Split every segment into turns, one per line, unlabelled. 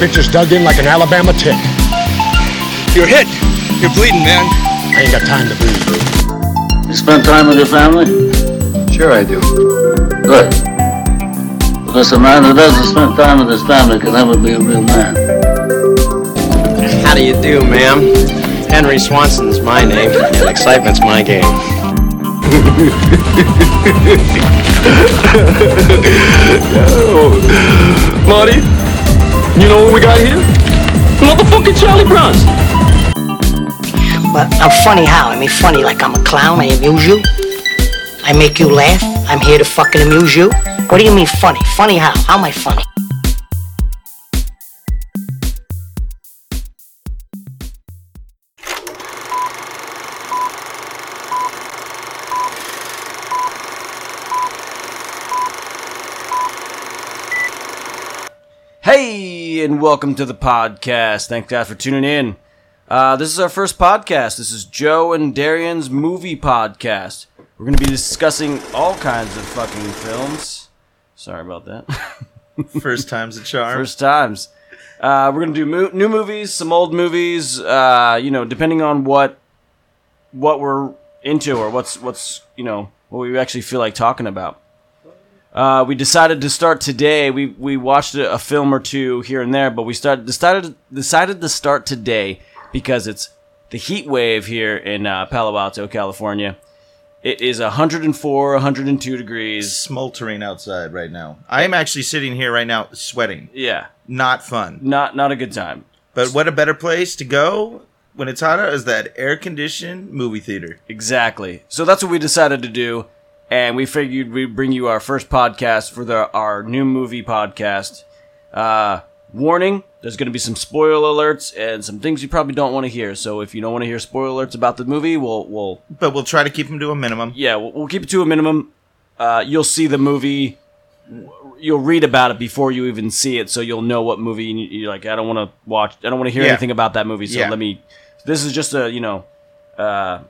bitches dug in like an Alabama tick.
You're hit. You're bleeding, man.
I ain't got time to breathe.
You spend time with your family?
Sure, I do.
Good. Because a man who doesn't spend time with his family can never be a real man.
How do you do, ma'am? Henry Swanson's my name, and excitement's my game.
Marty, you know what we got here? Motherfucking Charlie Bronson.
But I'm funny how? I mean, funny like I'm a clown. I amuse you. I make you laugh. I'm here to fucking amuse you. What do you mean funny? Funny how? How am I funny?
Hey, and welcome to the podcast. Thank God for tuning in. Uh, this is our first podcast. This is Joe and Darian's movie podcast. We're going to be discussing all kinds of fucking films. Sorry about that.
First time's a charm.
First times. Uh, we're going to do mo- new movies, some old movies, uh, you know, depending on what what we're into or what's what's, you know, what we actually feel like talking about. Uh, we decided to start today. We we watched a, a film or two here and there, but we started decided decided to start today because it's the heat wave here in uh, Palo Alto, California. It is 104, 102 degrees.
Smoldering outside right now. I am actually sitting here right now sweating.
Yeah,
Not fun.
not not a good time.
But what a better place to go when it's hot out is that air conditioned movie theater.
Exactly. So that's what we decided to do, and we figured we'd bring you our first podcast for the, our new movie podcast. Uh, warning: There's going to be some spoiler alerts and some things you probably don't want to hear. So if you don't want to hear spoiler alerts about the movie, we'll we'll
But we'll try to keep them to a minimum.
yeah we'll, we'll keep it to a minimum. Uh, you'll see the movie. You'll read about it before you even see it, so you'll know what movie you- you're like. I don't want to watch. I don't want to hear
Yeah.
anything about that movie. So
Yeah.
let me. This is just a you know. Uh,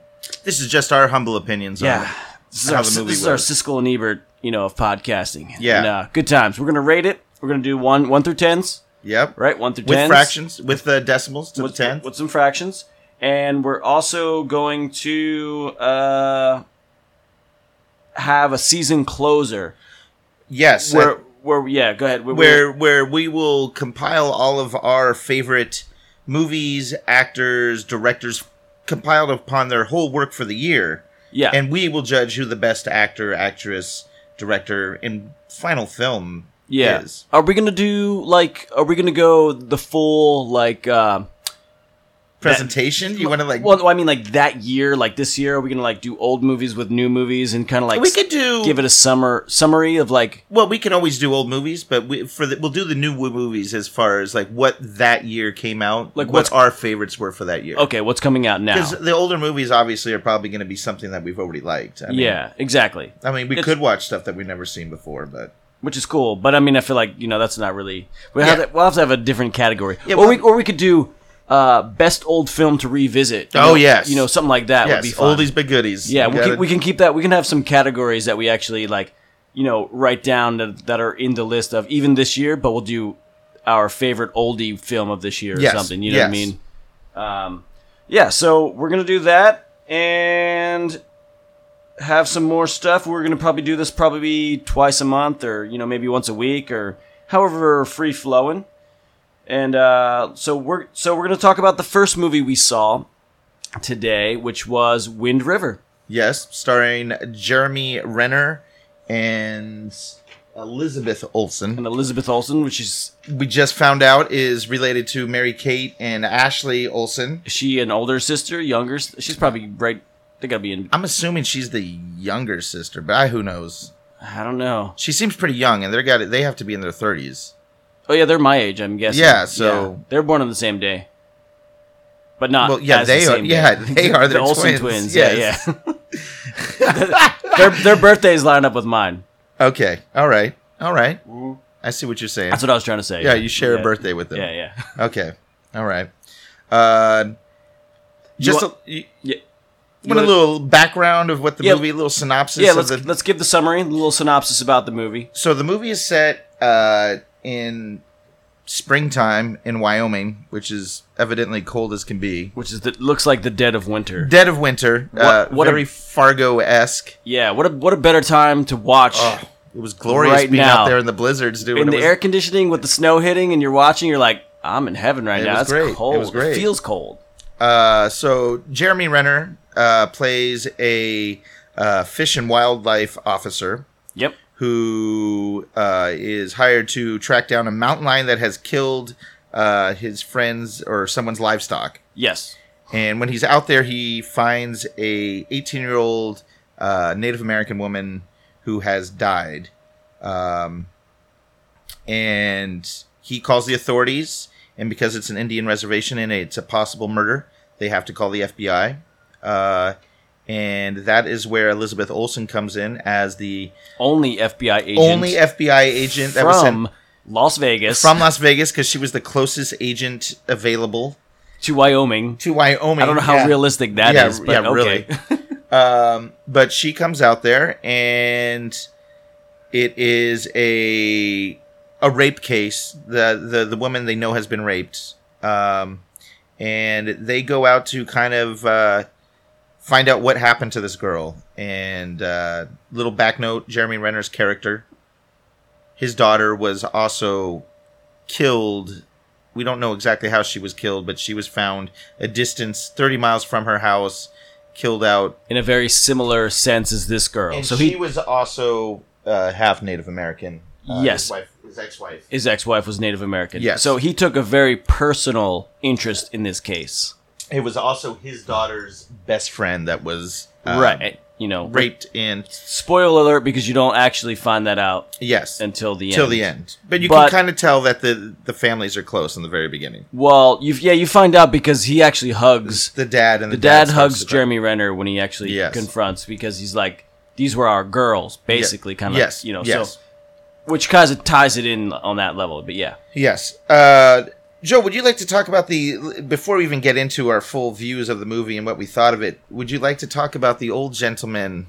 This is just our humble opinions on
yeah.
it.
This is,
Um, how
our,
the
this
movie
is our
was.
Siskel and Ebert, you know, of podcasting.
Yeah.
And, uh, good times. We're going to rate it. We're going to do one, one through tens,
Yep.
right? One through
With
tens.
fractions, with the decimals to
With,
the 10th.
with some fractions. And we're also going to uh, have a season closer
yes.
where,
uh,
where, yeah, go ahead. Where,
where where we will compile all of our favorite movies, actors, directors compiled upon their whole work for the year.
yeah,
and we will judge who the best actor, actress, director, and final film
yeah.
is.
Are we going to do like, are we going to go the full, like, uh,
Presentation? you want to like?
well, I mean, like that year, like this year, are we gonna like do old movies with new movies and kind of like
we could do.
give it a summer summary of like
well, we can always do old movies, but we for the, we'll do the new wo- movies as far as like what that year came out,
Like,
what
what's-
our favorites were for that year.
okay what's coming out now
Because the older movies obviously are probably going to be something that we've already liked. I mean,
yeah exactly
I mean, we
It's-
could watch stuff that we've never seen before, but
which is cool but i mean i feel like you know that's not really we have
Yeah.
to, we'll have to have a different category
Yeah,
or
well-
we or we could do uh best old film to revisit you
Oh,
know,
yes.
you know something like that would be
yes,
fun
oldies but goodies.
yeah
You
we
gotta-
can, we can keep that we can have some categories that we actually like you know write down that, that are in the list of even this year but we'll do our favorite oldie film of this year or
Yes,
something you know what i
yes.
mean um, yeah so we're gonna do that and have some more stuff we're gonna probably do this probably twice a month or you know maybe once a week or however free flowing and uh, so we're so we're gonna talk about the first movie we saw today which was wind river
Yes, starring Jeremy Renner and Elizabeth Olsen.
and Elizabeth Olsen, which is
We just found out is related to Mary Kate and Ashley Olsen.
is she an older sister, younger? s- She's probably right. They gotta be in.
I'm assuming she's the younger sister, but I who knows.
I don't know.
She seems pretty young, and they're got they have to be in their 30s.
Oh yeah, they're my age. I'm guessing.
Yeah, so-
they're born on the same day, but not.
Well, yeah,
as the
they are-
same
yeah,
day.
they are.
the
They're
Olsen
twins,
twins.
yes.
Yeah, yeah. their their birthdays line up with mine.
Okay, all right, all right. I see what you're saying.
Mm-hmm. That's what I was trying to say.
yeah, you share a birthday with them.
Yeah, yeah.
Okay, all right. Uh, just
wa-
a,
Yeah,
want a little background of what the
Yeah.
movie, a little synopsis.
yeah
of
let's
the,
let's give the summary, a little synopsis about the movie.
so the movie is set uh, in springtime in Wyoming, which is evidently cold as can be.
which is the, looks like the dead of winter.
Dead of winter, uh,
What- what a-
very Fargo esque.
yeah, what a what a better time to watch
Oh, It was glorious
Right
being
now.
out there in the blizzards, dude.
in
when
the
it was,
air conditioning with the snow hitting, and you're watching. You're like, I'm in heaven right
It
now.
was
It's
great. It
cold.
was great.
feels cold.
Uh, so Jeremy Renner uh, plays a uh, fish and wildlife officer
Yep.
who uh, is hired to track down a mountain lion that has killed uh, his friends or someone's livestock.
Yes.
And when he's out there, he finds a 18 year old uh, Native American woman who has died. Um, and he calls the authorities. And because it's an Indian reservation and it's a possible murder, they have to call the FBI. Uh, and that is where Elizabeth Olsen comes in as the
Only FBI agent.
only FBI agent that was
from
sent
Las Vegas
from Las Vegas because she was the closest agent available
to Wyoming.
to Wyoming.
I don't know how
Yeah.
realistic that is,
yeah,
but
yeah,
okay.
really. um, but she comes out there, and it is a a rape case. the the The woman they know has been raped, um, and they go out to kind of uh, find out what happened to this girl. And uh, little back note: Jeremy Renner's character, his daughter was also killed we don't know exactly how she was killed, but she was found a distance 30 miles from her house, killed out.
In a very similar sense as this girl.
And
so
she
he,
was also uh, half Native American. Uh,
Yes.
His, wife, his ex-wife.
his ex-wife was Native American.
Yes.
So he took a very personal interest in this case.
It was also his daughter's best friend that was uh,
right. You know,
raped and
spoiler alert because you don't actually find that out
yes
until the end.
till the end. But you
But-
can kind of tell that the the families are close in the very beginning.
Well, you yeah, you find out because he actually hugs
The dad and the,
the dad
starts
hugs
to cry.
Jeremy Renner when he actually
Yes.
confronts because he's like these were our girls basically kind of
Yes.
you know
Yes.
so which kind of ties it in on that level but yeah
Yes. Uh, Joe, would you like to talk about the before we even get into our full views of the movie and what we thought of it? Would you like to talk about the old gentleman?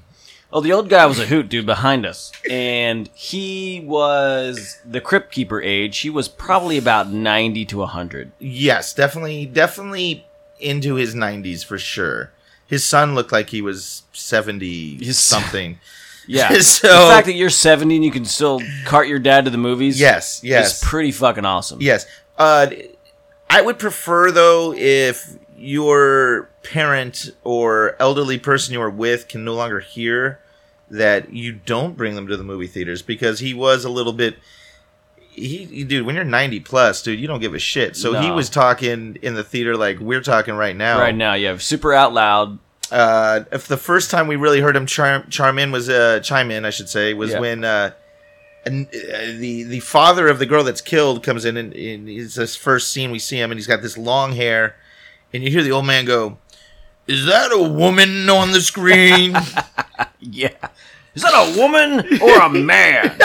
Oh, the old guy was a hoot, dude, behind us. And he was the crypt keeper age. He was probably about 90 to 100.
Yes, definitely, definitely into his nineties for sure. His son looked like he was seventy
His-
something.
Yeah.
So-
the fact that you're 70 and you can still cart your dad to the movies
Yes, yes,
is pretty fucking awesome.
yes. Uh, I would prefer though if your parent or elderly person you are with can no longer hear that you don't bring them to the movie theaters because he was a little bit he, he- dude when you're 90 plus dude you don't give a shit so he
No.
was talking in the theater like we're talking right now
Right now, yeah, super out loud.
uh, if the first time we really heard him charm, charm in was uh, chime in, I should say, was
Yeah.
when uh, an, uh, the the father of the girl that's killed comes in, and, and it's this first scene we see him, and he's got this long hair, and you hear the old man go, "Is that a woman on the screen?"
Yeah. Is that a woman or a man?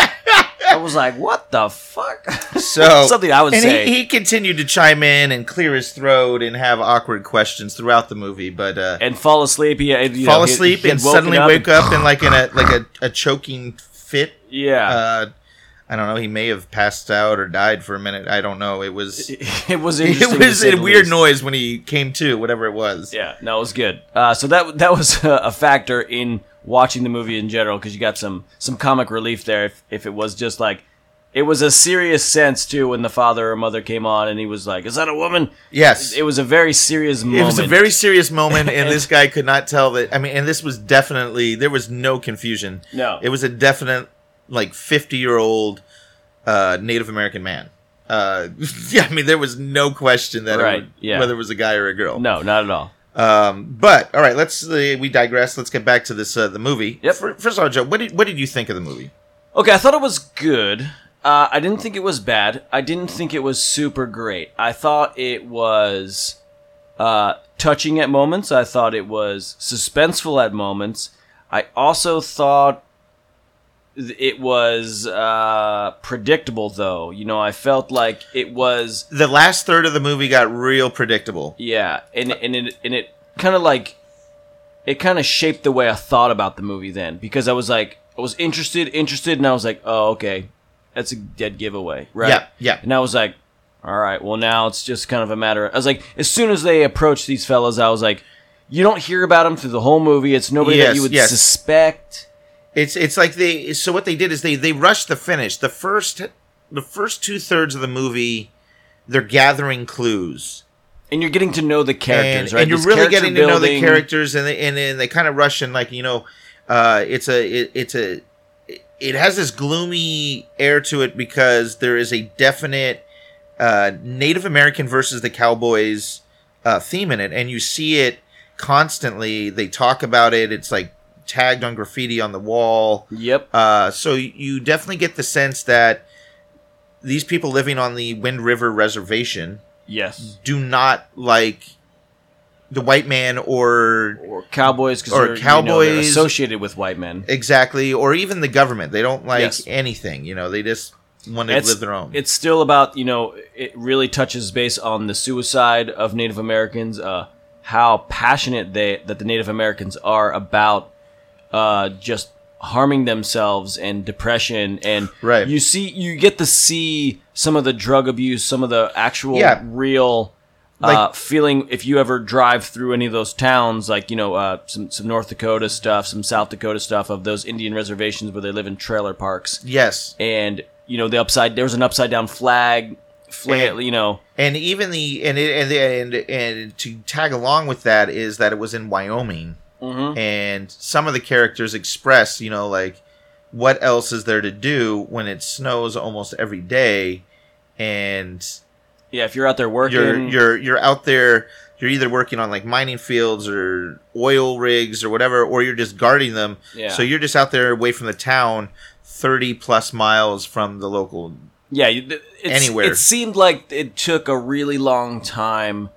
I was like, what the fuck?
So
Something I would
and
say.
He, he continued to chime in and clear his throat and have awkward questions throughout the movie, but uh,
and fall asleep. He, had- you
fall
know, he-
asleep
he had
and
woken
suddenly wake up in like in a like a, a choking fit.
Yeah.
uh, I don't know. He may have passed out or died for a minute. I don't know. It was it
it was interesting. to
was
say
a
the
weird
least.
noise when he came to, whatever it was.
Yeah, no, it was good. Uh, so that that was a, a factor in watching the movie in general because you got some some comic relief there. If, if it was just like, it was a serious sense too when the father or mother came on and he was like, "Is that a woman?"
Yes,
It was a very serious moment.
it was a very serious moment, and this guy could not tell that. I mean, and this was definitely there was no confusion.
No.
it was a definite like fifty year old uh, Native American man. Uh, yeah, I mean, there was no question that it
Right,
would-
yeah.
whether it was a guy or a girl.
no, not at all.
Um, but all right, let's uh, we digress. Let's get back to this uh, the movie.
Yep.
Fir- First of all, Joe, what did what did you think of the movie?
Okay, I thought it was good. Uh, I didn't think it was bad. I didn't think it was super great. I thought it was uh, touching at moments. I thought it was suspenseful at moments. I also thought th- it was uh, predictable, though. You know, I felt like it was
the last third of the movie got real predictable.
yeah, and and it and it kind of like it kind of shaped the way I thought about the movie then because I was like I was interested, interested, and I was like, oh okay, that's a dead giveaway, right?
Yeah, yeah.
And I was like, all right, well now it's just kind of a matter. I was like, as soon as they approached these fellas, I was like, you don't hear about them through the whole movie. It's nobody
Yes,
that you would
yes.
suspect.
It's it's like they so what they did is they they rushed the finish. The first the first two thirds of the movie, they're gathering clues.
And you're getting to know the characters,
and,
right?
and you're
This
really
character
getting to know the
building-
characters, and they, and, and they kind of rush and like you know, uh, it's a it, it's a it has this gloomy air to it because there is a definite uh, Native American versus the Cowboys uh, theme in it, and you see it constantly. They talk about it. It's like tagged on graffiti on the wall.
Yep.
Uh, so you definitely get the sense that these people living on the Wind River Reservation
Yes.
do not like the white man or
Or cowboys, because
Or
they're, you know, they're
cowboys.
associated with white men.
exactly or even the government. They don't like
Yes.
anything. You know, they just want to
It's-
live their own.
It's still about you know it really touches base on the suicide of Native Americans, uh, how passionate they that the Native Americans are about uh, just harming themselves and depression and
Right.
you see you get to see some of the drug abuse, some of the actual
Yeah.
real. uh,
Like-
feeling if you ever drive through any of those towns, like you know, uh, some some North Dakota stuff, some South Dakota stuff of those Indian reservations where they live in trailer parks
yes,
and you know the upside there was an upside down flag flag
And-
you know
and even the and it, and, the- and and to tag along with that is that it was in Wyoming,
Mm-hmm.
and some of the characters express you know like what else is there to do when it snows almost every day, and
yeah if you're out there working
you're you're you're out there you're either working on like mining fields or oil rigs or whatever or you're just guarding them
Yeah.
so you're just out there away from the town 30 plus miles from the local
yeah you- th- it's,
Anywhere.
it seemed like it took a really long time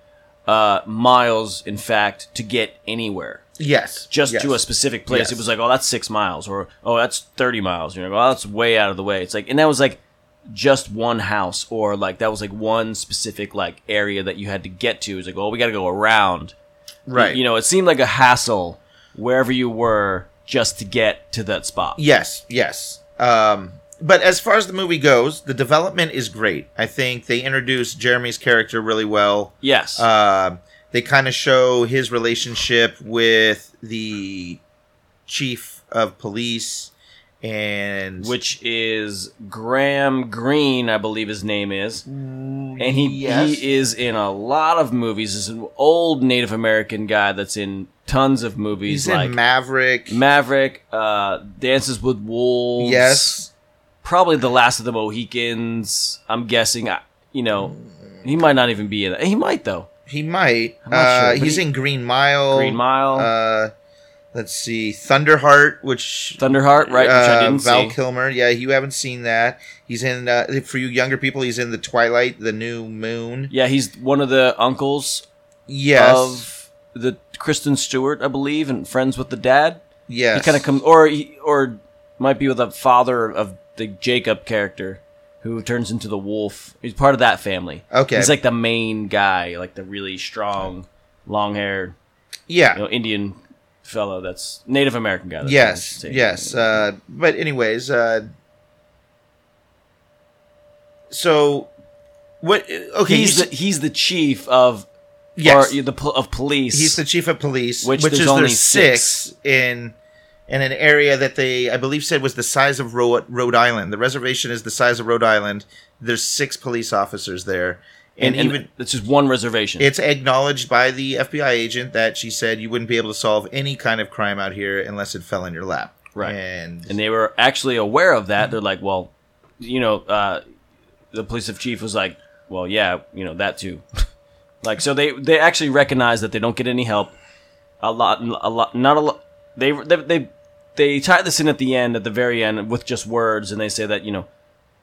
uh miles in fact to get anywhere
yes
just
yes.
to a specific place
Yes.
it was like oh that's six miles or oh that's 30 miles you know oh that's way out of the way it's like and that was like just one house or like that was like one specific like area that you had to get to it's like oh we gotta go around
right
You know, it seemed like a hassle wherever you were just to get to that spot.
Yes, yes. Um, but as far as the movie goes, the development is great. I think they introduce Jeremy's character really well.
Yes.
Um, they kind of show his relationship with the chief of police and
Which is Graham Greene, I believe his name is. And he,
Mm, yes.
he is in a lot of movies. He's an old Native American guy that's in tons of movies
he's
like
in Maverick.
Maverick, uh, Dances with Wolves.
yes.
Probably The Last of the Mohicans, I'm guessing. I, you know, he might not even be in it. He might, though.
He might.
I'm not sure,
uh,
but
he's
he-
in Green Mile.
Green Mile.
Uh, let's see, Thunderheart, which
Thunderheart, right? Which I
uh,
didn't
Val
see.
Kilmer. Yeah, you haven't seen that. He's in uh, for you younger people. He's in the Twilight, the New Moon.
Yeah, he's one of the uncles
Yes,
of the Kristen Stewart, I believe, and friends with the dad.
yes.
He kind of comes, or he, or might be with the father of the Jacob character, who turns into the wolf. He's part of that family.
Okay.
he's like the main guy, like the really strong, long haired,
yeah.
you know, Indian fellow that's Native American guy. that's what I should
yes,
say.
yes. Uh, but anyways, uh, so what? Okay,
he's
you s-
the he's the chief of
yes.
or the pol- of police.
He's the chief of police,
Which
which,
there's
is
only
there's six,
six.
in in an area that they I believe said was the size of Ro- Rhode Island. The reservation is the size of Rhode Island. There's six police officers there,
and,
and,
and
even
it's just one reservation.
it's acknowledged by the FBI agent that she said you wouldn't be able to solve any kind of crime out here unless it fell in your lap.
Right.
and,
and they were actually aware of that. They're like, well, you know, uh, the police of chief was like, well, yeah, you know that too. like, so they they actually recognize that they don't get any help. A lot, a lot, not a lot. They they they, they tie this in at the end, at the very end, with just words, and they say that you know.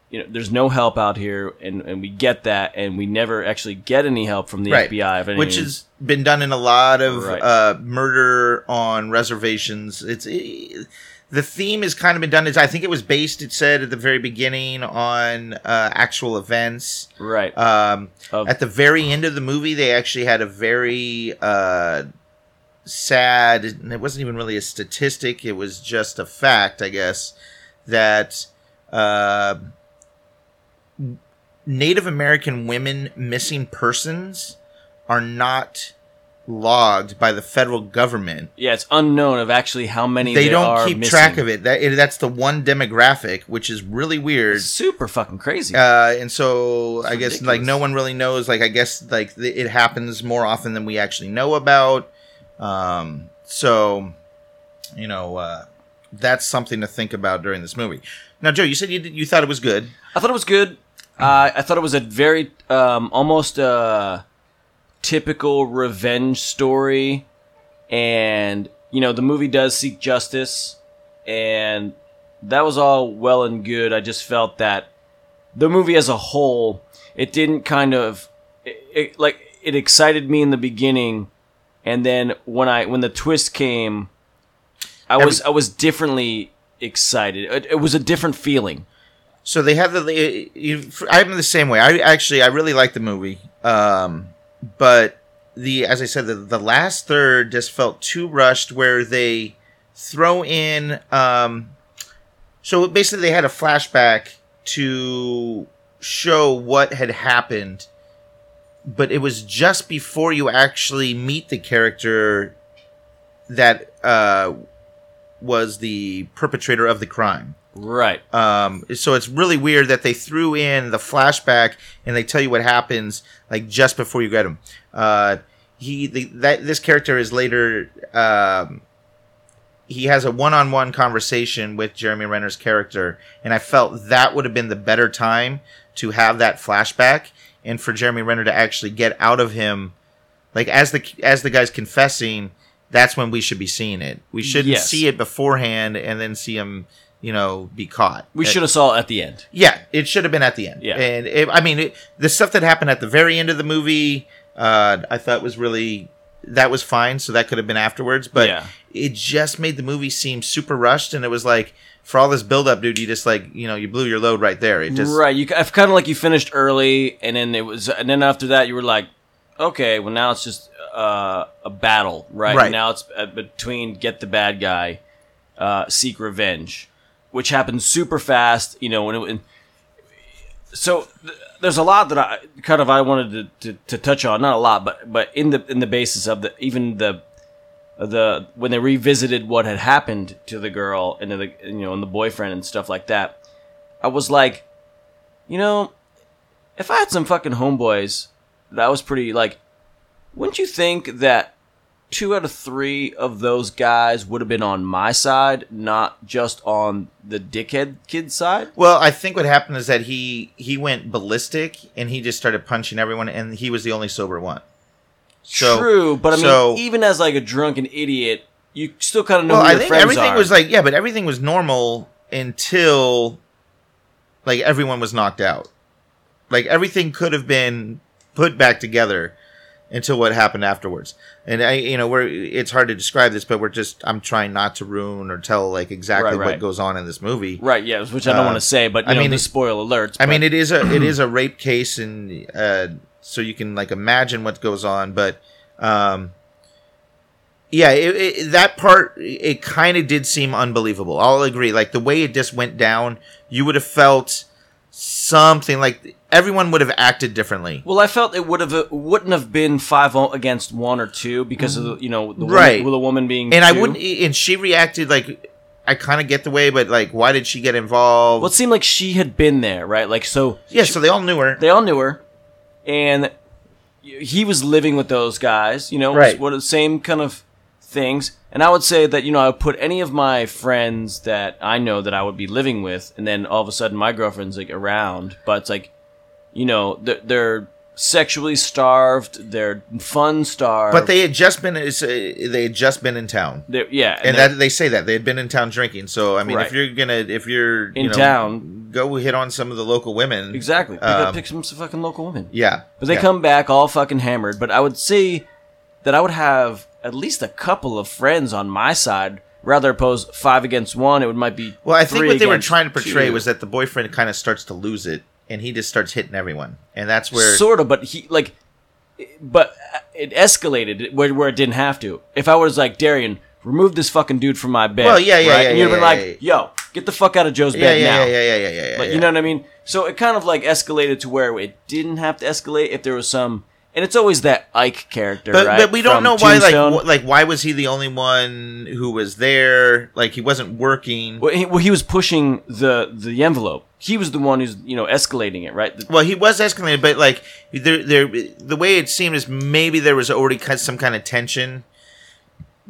You know, there's no help out here, and, and we get that, and we never actually get any help from the
right,
FBI. Of any
which has been done in a lot of
Right.
uh, murder on reservations. It's it, the theme has kind of been done. Is I think it was based. It said at the very beginning on uh, actual events.
right,
Um,
Of-
at the very end of the movie, they actually had a very uh, sad, and it wasn't even really a statistic, it was just a fact, I guess, that uh, um, Native American women missing persons are not logged by the federal government.
Yeah, it's unknown of actually how many
They
are
don't keep
missing.
track of it. That it, that's the one demographic which is really weird.
It's super fucking crazy.
Uh, and so I guess like
ridiculous.
no one really knows. Like I guess like th- it happens more often than we actually know about. Um, so you know uh, that's something to think about during this movie. Now, Joe, you said you, did- you thought it was good.
I thought it was good. Uh, I thought it was a very um, almost uh typical revenge story, and you know the movie does seek justice, and that was all well and good. I just felt that the movie as a whole, it didn't kind of it, it, like it excited me in the beginning, and then when I when the twist came, I was I was differently excited. It, it was a different feeling.
So they have the. they- You, I'm the same way. I actually I really like the movie, um, but the as I said the, the last third just felt too rushed. Where they throw in. Um, so basically, they had a flashback to show what had happened, but it was just before you actually meet the character that uh, was the perpetrator of the crime.
Right.
Um, so it's really weird that they threw in the flashback and they tell you what happens like just before you get him. Uh, he the, that this character is later. Um, he has a one-on-one conversation with Jeremy Renner's character, and I felt that would have been the better time to have that flashback and for Jeremy Renner to actually get out of him. Like as the as the guy's confessing, that's when we should be seeing it. We shouldn't
Yes.
see it beforehand and then see him, you know, be caught.
We
Uh,
should have saw it at the end.
yeah, it should have been at the end.
Yeah.
and it, I mean, it, the stuff that happened at the very end of the movie, uh, I thought was really that was fine. So that could have been afterwards, but
Yeah.
it just made the movie seem super rushed, and it was like for all this build up, dude, you just like you know you blew your load right there. It just
right. You kind of like you finished early, and then it was, and then after that, you were like, okay, well now it's just uh, a battle, right?
Right.
Now it's uh, between get the bad guy, uh, seek revenge, which happens super fast. You know, and, it, and so th- there's a lot that I kind of I wanted to, to, to touch on. Not a lot, but but in the in the basis of the even the the when they revisited what had happened to the girl and to the you know and the boyfriend and stuff like that. I was like, you know, if I had some fucking homeboys, that was pretty like. Wouldn't you think that two out of three of those guys would have been on my side, not just on the dickhead kid side?
Well, I think what happened is that he he went ballistic and he just started punching everyone, and he was the only sober one. So,
True, but I mean,
so-
even as like a drunken idiot, you still kind of know
well,
who your
I think
friends
everything
are.
was like yeah, but everything was normal until like everyone was knocked out. Like everything could have been put back together until what happened afterwards. And I, you know, we're it's hard to describe this, but we're just I'm trying not to ruin or tell like exactly
Right, right.
what goes on in this movie.
right, yeah, which I don't
Uh,
want to say, but you
I
know,
mean,
the
it-
spoil alerts.
I
but-
mean, it is a it is a rape case, and uh, so you can like imagine what goes on. But um, yeah, it, it, that part it kind of did seem unbelievable. I'll agree. Like the way it just went down, you would have felt something like everyone would have acted differently.
Well, I felt it would have wouldn't have been five o- against one or two because of the, you know the woman-
Mm. Right.
with a woman being
And I
two.
wouldn't. And she reacted like I kind of get the way, but like why did she get involved?
Well, it seemed like she had been there, right? Like so,
yeah, so they all knew her.
they all knew her, and he was living with those guys. You know,
Right.
What the same kind of things. And I would say that you know I would put any of my friends that I know that I would be living with, and then all of a sudden my girlfriend's like around, but it's like, you know, they're, they're sexually starved, they're fun starved,
but they had just been. It's, uh, they had just been in town.
they're- yeah,
and
they're-
that they say that they had been in town drinking. So I mean,
Right.
if you're gonna, if you're
In town.
go hit on some of the local women.
Exactly. Pick, up,
Um,
pick some fucking local women.
Yeah,
But they
yeah.
come back all fucking hammered. But I would say that I would have at least a couple of friends on my side rather opposed five against one. It would might be
Well, I think
three
what they were
against
trying to portray
two.
was that the boyfriend kind of starts to lose it, and he just starts hitting everyone, and that's where.
sort of, but he like, but uh, it escalated where where it didn't have to. If I was like Darian, remove this fucking dude from my bed.
Well, yeah, yeah, yeah,
And you'd
yeah,
have been
yeah,
like, yo, get the fuck out of Joe's
yeah,
bed
yeah,
now.
yeah, yeah, yeah, yeah, yeah, yeah.
Like, you know what I mean? So it kind of like escalated to where it didn't have to escalate if there was some. And it's always that Ike character,
But,
right?
but we don't
from
know why like
Tombstone.
wh- like why was he the only one who was there? Like he wasn't working.
Well, he, well, he was pushing the the envelope. He was the one who's you know escalating it, right? The-
Well, he was escalated, but like there, there, the way it seemed is maybe there was already kind- some kind of tension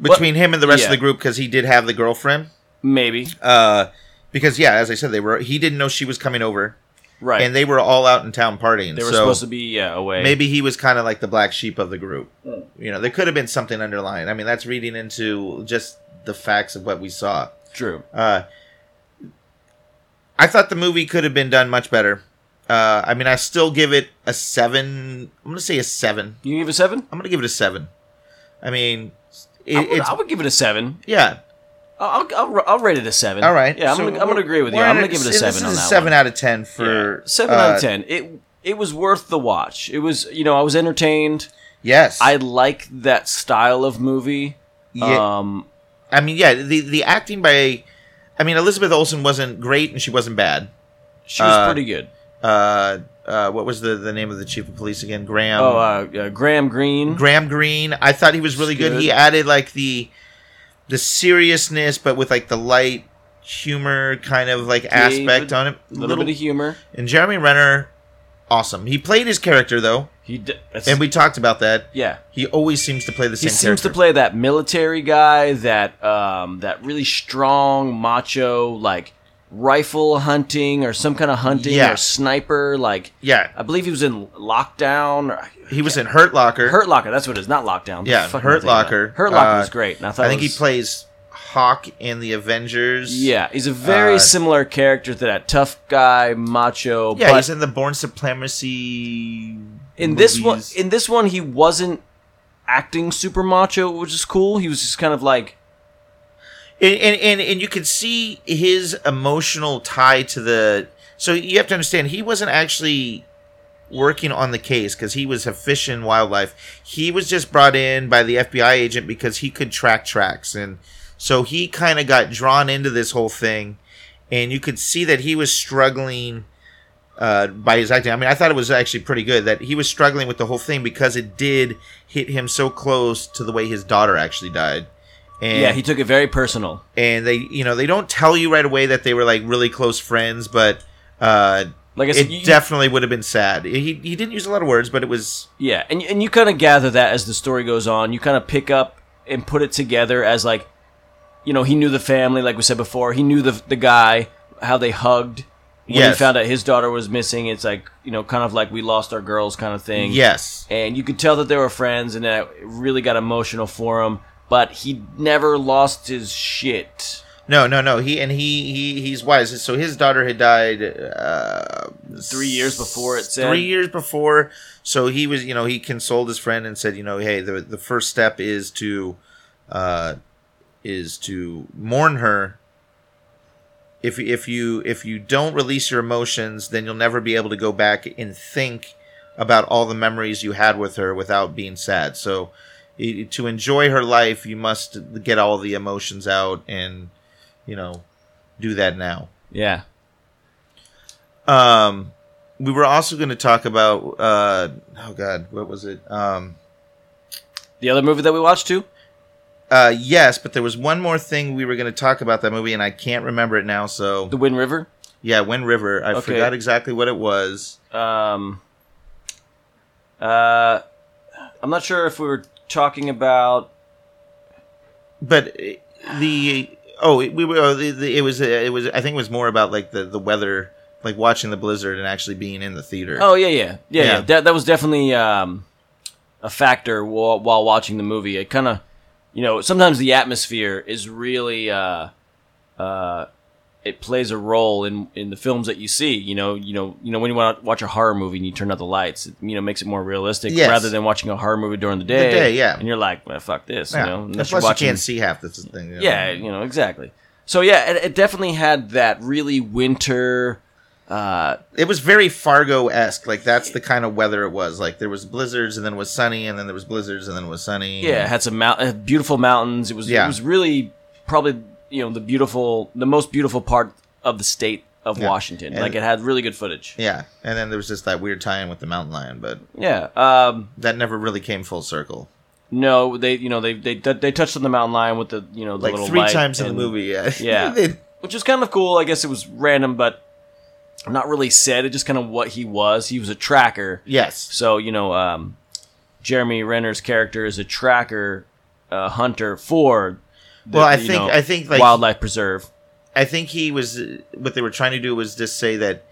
between him and the rest
yeah.
of the group because he did have the girlfriend.
maybe
Uh, because yeah, as I said, they were he didn't know she was coming over,
right.
and they were all out in town partying.
they were
so
supposed to be Hmm. yeah away.
maybe he was kind of like the black sheep of the group. You know, there could have been something underlying. I mean, that's reading into just the facts of what we saw.
true.
Uh, I thought the movie could have been done much better. Uh, I mean, I still give it a seven. I'm gonna say a seven.
You give a seven?
I'm gonna give it a seven. I mean, it,
I would,
it's
I would give it a seven.
yeah.
I'll, I'll, I'll, I'll rate it a seven.
All right.
Yeah, I'm,
So
gonna, I'm gonna
we're-
agree with you.
we're
I'm
at
gonna give it a
this
seven
is
on
a
that
seven
one.
out of ten for
seven out
uh,
of ten. It it was worth the watch. It was you know I was entertained.
Yes,
I like that style of movie.
Yeah.
Um,
I mean, yeah. The the acting by, I mean, Elizabeth Olsen wasn't great and she wasn't bad.
she was
Uh,
pretty good.
Uh, uh, what was the the name of the chief of police again? Graham.
oh, uh, uh, Graham Greene.
Mm-hmm. Graham Greene. I thought he was really good.
Good.
He added like the the seriousness, but with like the light humor kind of like aspect on it.
A little, bit of humor.
and Jeremy Renner, awesome. He played his character though,
He d- that's-
and we talked about that.
yeah.
He always seems to play the
He
same.
seems
character.
to play that military guy, that um, that really strong macho, like rifle hunting or some kind of hunting
Yeah.
or sniper. Like
Yeah,
I believe he was in Lockdown or
he was in Hurt Locker.
Hurt Locker. That's what it is, not Lockdown.
Yeah,
Fuck am I
Hurt
thinking about?
Locker.
Hurt Locker
Uh,
was great. and I, thought
I think
it
he
was-
plays Hawk in the Avengers.
Yeah, he's a very
uh,
similar character to that tough guy macho.
yeah.
but
He's in the Born Supremacy.
in this one
movies.
in this one he wasn't acting super macho which is cool he was just kind of like
and and and, and you could see his emotional tie to the so you have to understand he wasn't actually working on the case because he was a fish in wildlife he was just brought in by the fbi agent because he could track tracks and so he kind of got drawn into this whole thing and you could see that he was struggling uh, by his acting i mean i thought it was actually pretty good that he was struggling with the whole thing because it did hit him so close to the way his daughter actually died and
yeah he took it very personal
and they you know they don't tell you right away that they were like really close friends but uh
like i said
it
you,
definitely would have been sad he, he didn't use a lot of words but it was
yeah and, and you kind of gather that as the story goes on you kind of pick up and put it together as like you know he knew the family like we said before he knew the, the guy how they hugged when
Yes.
he found out his daughter was missing it's like you know kind of like we lost our girls kind of thing
yes
and you could tell that they were friends and that it really got emotional for him but he never lost his shit
no no no he and he, he he's wise so his daughter had died uh
three years before it said
three years before so he was you know he consoled his friend and said you know hey the, the first step is to uh is to mourn her if if you if you don't release your emotions then you'll never be able to go back and think about all the memories you had with her without being sad so i- to enjoy her life you must get all the emotions out and you know do that now
yeah
um, we were also going to talk about uh, oh god, what was it? Um,
the other movie that we watched too
uh, yes, but there was one more thing we were going to talk about that movie, and I can't remember it now. So
the wind river
yeah, Wind River. I
Okay.
forgot exactly what it was.
um uh i'm not sure if we were talking about
but it- the oh it- we were oh, the, the, it was uh, it was I think it was more about like the the weather, like watching the blizzard and actually being in the theater.
oh yeah yeah yeah,
Yeah.
yeah. That, that was definitely um a factor while, while watching the movie it kind of you know sometimes the atmosphere is really uh uh it plays a role in in the films that you see. You know, you know, you know when you want to watch a horror movie and you turn out the lights, it, you know, makes it more realistic
Yes.
rather than watching a horror movie during the day.
day, yeah.
And you're like, well, fuck this.
Yeah.
You know,
And
unless
plus
you're watching.
you can't see half this thing. you know.
yeah, you know exactly. So yeah, it, it definitely had that really winter. Uh,
it was very Fargo esque. Like that's the kind of weather it was. Like there was blizzards and then it was sunny and then there was blizzards and then it was sunny.
yeah, it had some mount- uh, beautiful mountains. It was
Yeah.
it was really probably you know the beautiful the most beautiful part of the state of
Yeah.
Washington.
And-
like it had really good footage.
Yeah, and then there was just that weird tie-in with the mountain lion, but
Yeah. Um,
that never really came full circle.
no, they you know they they they touched on the mountain lion with the you know the
Like
little
three
light
times in
and-
the movie. Yeah,
Yeah.
They-
which was kind of cool. I guess it was random, but not really said. It just kind of what he was. He was a tracker.
yes,
So you know, um, Jeremy Renner's character is a tracker, uh, hunter for. The,
Well, I
you
think-
know,
I think, like-
wildlife preserve.
I think he was. uh, What they were trying to do was just say that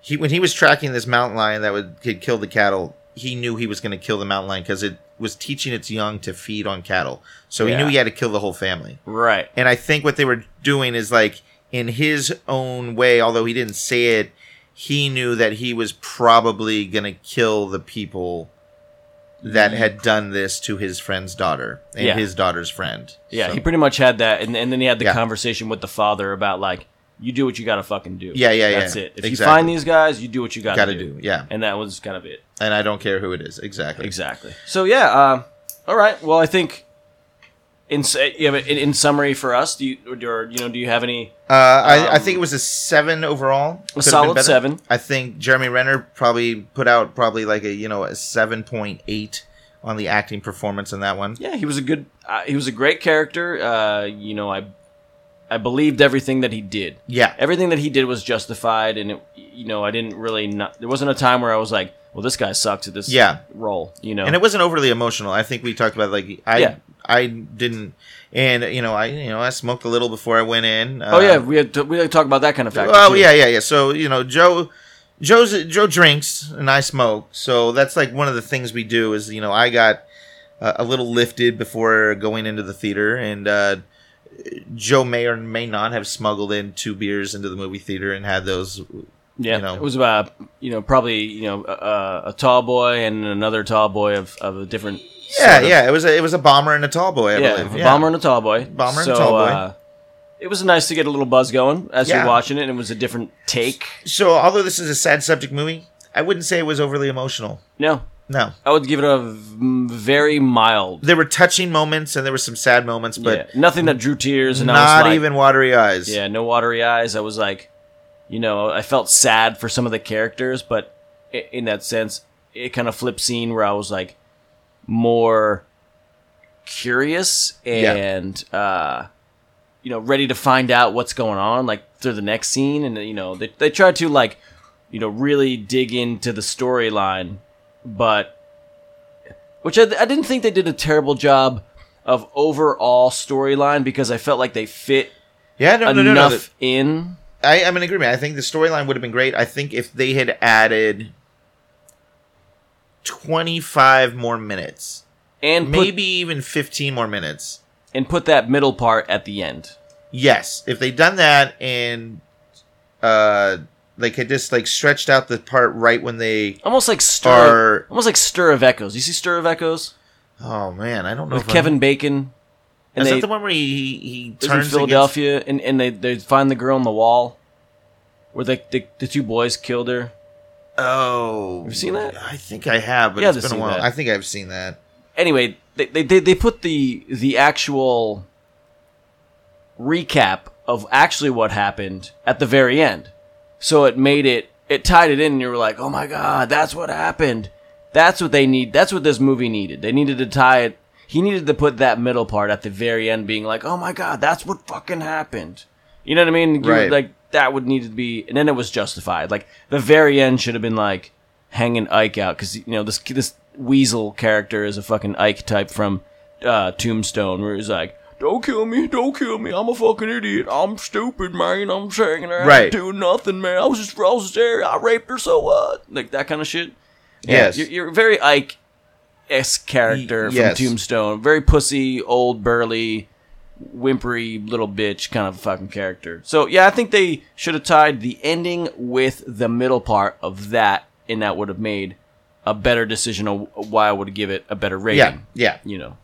he, when he was tracking this mountain lion that would could kill the cattle, he knew he was going to kill the mountain lion because it was teaching its young to feed on cattle. So he
Yeah.
knew he had to kill the whole family.
Right.
And I think what they were doing is like in his own way, although he didn't say it, he knew that he was probably gonna kill the people that had done this to his friend's daughter and
Mm-hmm. Yeah.
his daughter's friend.
Yeah,
So-
he pretty much had that, and, and then he had the
Yeah.
conversation with the father about like, you do what you gotta fucking do.
Yeah, yeah, yeah.
That's it. If you
Exactly.
find these guys, you do what you gotta,
gotta
do.
do. Yeah,
And that was kind of it.
and I don't care who it is. Exactly.
Exactly. So yeah. Uh, all right. Well, I think. In, s- yeah, but in, in summary for us, do you or, do- or you know do you have any?
Uh, I, I
Um,
think it was a seven overall. Could have been
solid
better.
seven.
I think Jeremy Renner probably put out probably like a you know a seven point eight on the acting performance in that one.
Yeah, he was a good. Uh, he was a great character. Uh, you know, I I believed everything that he did.
Yeah.
Everything that he did was justified, and it, you know, I didn't really. Not, there wasn't a time where I was like, "Well, this guy sucks at this
Yeah.
role." You know,
and it wasn't overly emotional. I think we talked about like I
Yeah.
I didn't, and you know I you know I smoked a little before I went in. Uh,
oh yeah, we had to, we had to talk about that kind of factor.
well
too.
yeah yeah yeah. So you know Joe. Joe's Joe drinks and I smoke, so that's like one of the things we do. Is you know I got uh, a little lifted before going into the theater, and uh, Joe may or may not have smuggled in two beers into the movie theater and had those.
yeah.
you know.
It was about you know probably you know uh, a, a tall boy and another tall boy of, of a different
Yeah,
sort of-
yeah, it was a, it was a bomber and a tall boy. I
yeah,
believe.
a bomber and a tall boy uh,
Bomber and a tall boy.
it was nice to get a little buzz going as
Yeah.
you're watching it. and It was a different take.
So although this is a sad subject movie, I wouldn't say it was overly emotional.
No,
No.
I would give it a v- very mild.
There were touching moments and there were some sad moments, but
yeah, nothing that drew tears, and I
not
was like,
even watery eyes.
yeah, no watery eyes. I was like, you know, I felt sad for some of the characters, but i- in that sense, it kind of flipped scene where I was like more curious
Yeah.
and uh, you know ready to find out what's going on, like through the next scene, and you know they they tried to like you know really dig into the storyline, but which I, I didn't think they did a terrible job of overall storyline because I felt like they fit
Yeah, no, no, no, no.
enough in.
I, I'm in agreement. I think the storyline would have been great. I think if they had added 25 more minutes,
and put,
maybe even 15 more minutes.
and put that middle part at the end.
Yes, if they'd done that and uh, they could just like stretched out the part right when they
Almost like stir,
Or-
almost like stir of echoes. You see stir of echoes
oh man, I don't know
with
if I'm-
Kevin Bacon, and
Is
they
that the one where he he
it was in
turns and gets-
Philadelphia, and, and they they find the girl on the wall, where the the, the two boys killed her.
Oh, have
you seen that?
I think I have, but
You
it's
have to
been a
see
while.
that.
I think I've seen that.
Anyway, they they they, they put the the actual recap of actually what happened at the very end. So it made it it tied it in and you were like, "Oh my god, that's what happened." That's what they need. That's what this movie needed. They needed to tie it he needed to put that middle part at the very end being like, "Oh my god, that's what fucking happened." You know what I mean? You-
Right.
Like that would need to be and then it was justified. Like the very end should have been like hanging Ike out cuz you know this this weasel character is a fucking Ike type from uh, Tombstone where he's like, "Don't kill me, don't kill me. I'm a fucking idiot. I'm stupid, man. I'm hanging around
Right.
doing nothing, man. I was just, I was just there. I raped her, so what? Like that kind of shit.
Yes.
you're, you're a very Ike esque character
Y- yes.
from Tombstone. Very pussy, old, burly, whimpery little bitch kind of fucking character. So yeah, I think they should have tied the ending with the middle part of that, and that would have made a better decision of why I would give it a better rating.
Yeah, yeah,
You know.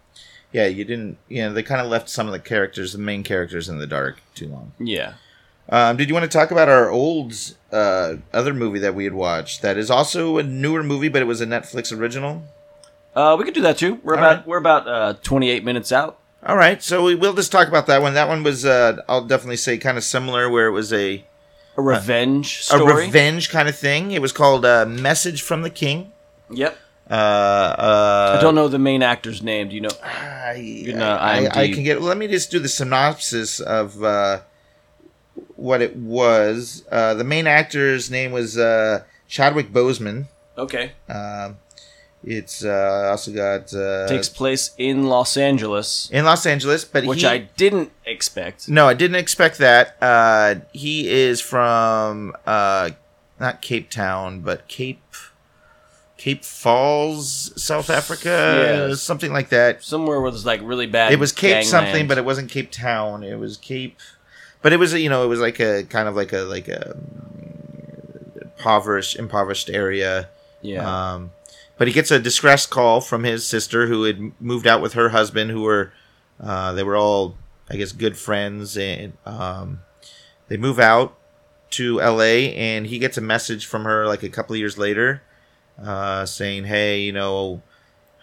yeah. You didn't. You know, they kind of left some of the characters, the main characters, in the dark too long.
Yeah.
Um, did you want to talk about our old uh, other movie that we had watched? That is also a newer movie, but it was a Netflix original.
Uh, we could do that too. We're
All
about
right.
we're about uh, 28 minutes out.
All right, so we will just talk about that one. That one was, uh, I'll definitely say, kind of similar, where it was a
a revenge
a
story.
revenge kind of thing. It was called uh, "Message from the King."
Yep.
Uh, uh,
I don't know the main actor's name. Do you know?
I,
know,
I, I
IMDb.
can get. Let me just do the synopsis of uh, what it was. Uh, the main actor's name was uh, Chadwick Boseman.
Okay.
Um, it's uh, also got uh,
Takes place in Los Angeles,
in Los Angeles, but
which
he,
I didn't expect.
no, I didn't expect that. Uh, he is from uh, not Cape Town, but Cape Cape Falls, South Africa,
Yes.
something like that.
Somewhere where there's like really bad.
it was Cape
gangland.
something, but it wasn't Cape Town. It was Cape, but it was you know it was like a kind of like a like a mm, impoverished impoverished area.
yeah.
Um, but he gets a distress call from his sister who had moved out with her husband, who were uh, they were all I guess good friends, and um, they move out to L.A. and he gets a message from her like a couple of years later, uh, saying, "Hey, you know."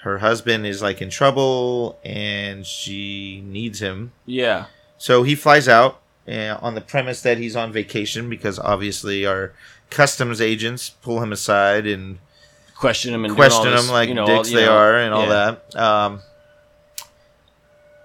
Her husband is like in trouble, and she needs him.
yeah.
So he flies out uh, on the premise that he's on vacation because obviously our customs agents pull him aside and
Question him and do all
question
this,
him like
you know, all-
dicks
you
they
know,
are and all
yeah.
that. Um,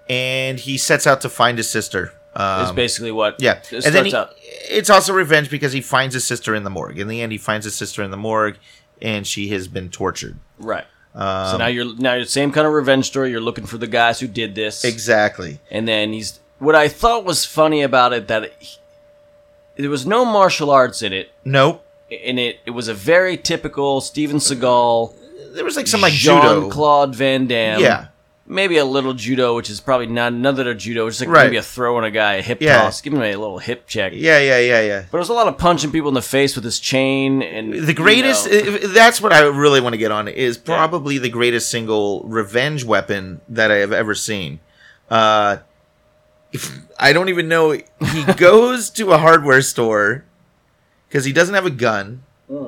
and he sets out to find his sister.
Is
Um,
basically what.
yeah,
It
and
starts
then he,
out.
it's also revenge because he finds his sister in the morgue. In the end, he finds his sister in the morgue, and she has been tortured.
Right.
Um,
so now you're now you're same kind of revenge story. You're looking for the guys who did this.
exactly.
and then he's what I thought was funny about it that it, there was no martial arts in it,
Nope.
and it it was a very typical Steven Seagal,
There was like some like
Jean
judo.
Claude Van Damme,
Yeah.
maybe a little judo, which is probably not another judo, which is like
Right.
maybe a throw on a guy, a hip
Yeah.
toss, giving him a little hip check.
Yeah, yeah, yeah, yeah.
But it was a lot of punching people in the face with his chain and
the greatest
You know,
i- i- that's what i really want to get on is probably the greatest single revenge weapon that i have ever seen uh if- i don't even know he goes to a hardware store because he doesn't have a gun
Hmm.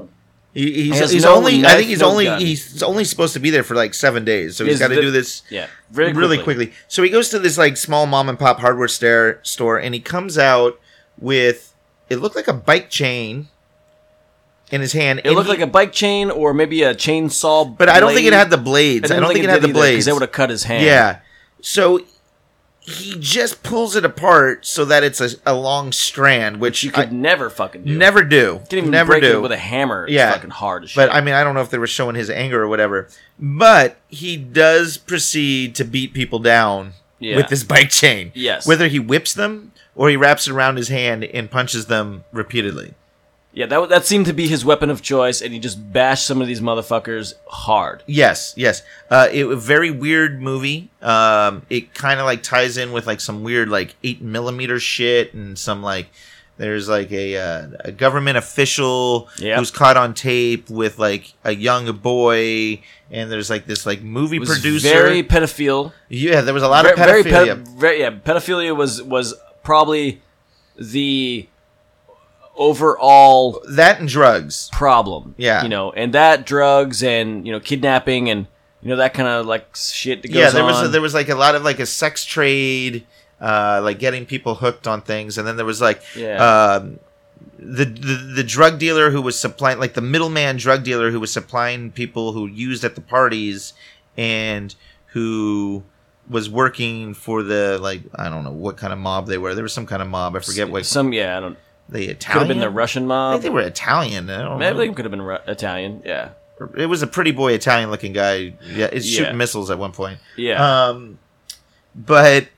he,
He
he's,
has
he's
no
only i
knife,
think he's
no
only
gun.
he's only supposed to be there for like seven days so he's
Is
got to
the-
do this
yeah, very
really quickly. So he goes to this like small mom and pop hardware stair store, and he comes out with it looked like a bike chain in his hand.
It looked like a bike chain or maybe a chainsaw,
but I don't think it
blade.
had the blades. I don't think it had the
because
blades.
they would have cut his hand.
Yeah. So he just pulls it apart so that it's a, a long strand, which
you
you
could
could
never fucking do.
never do.
Can't even
never
break
do
it with a hammer. It's
Yeah.
fucking hard as shit.
But I mean, I don't know if they were showing his anger or whatever. But he does proceed to beat people down
Yeah.
with this bike chain.
Yes.
Whether he whips them or he wraps it around his hand and punches them repeatedly.
yeah, that that seemed to be his weapon of choice, and he just bashed some of these motherfuckers hard.
Yes, yes. Uh, it a very weird movie. Um, it kind of like ties in with like some weird like eight millimeter shit and some like there's like a uh, a government official
Yeah.
who's caught on tape with like a young boy and there's like this like movie
It was
producer.
very pedophile.
yeah, there was a lot
Ve-
of pedophilia.
very ped- very- yeah, pedophilia was was probably the overall
that and drugs.
problem.
Yeah.
you know, and that drugs and you know kidnapping and you know that kind of like shit that goes
yeah, there
on.
was a, there was like a lot of like a sex trade, uh, like getting people hooked on things, and then there was like
Yeah.
um, the, the the drug dealer who was supplying like the middleman drug dealer who was supplying people who used at the parties and who was working for the like I don't know what kind of mob they were. There was some kind of mob. I forget what
some yeah, I don't
the
could
Italian.
have been the Russian mob.
I think they were Italian. I don't
Maybe
know.
it could have been Ru- Italian. Yeah.
It was a pretty boy Italian looking guy. Yeah, it's
Yeah.
shooting missiles at one point.
Yeah.
Um, but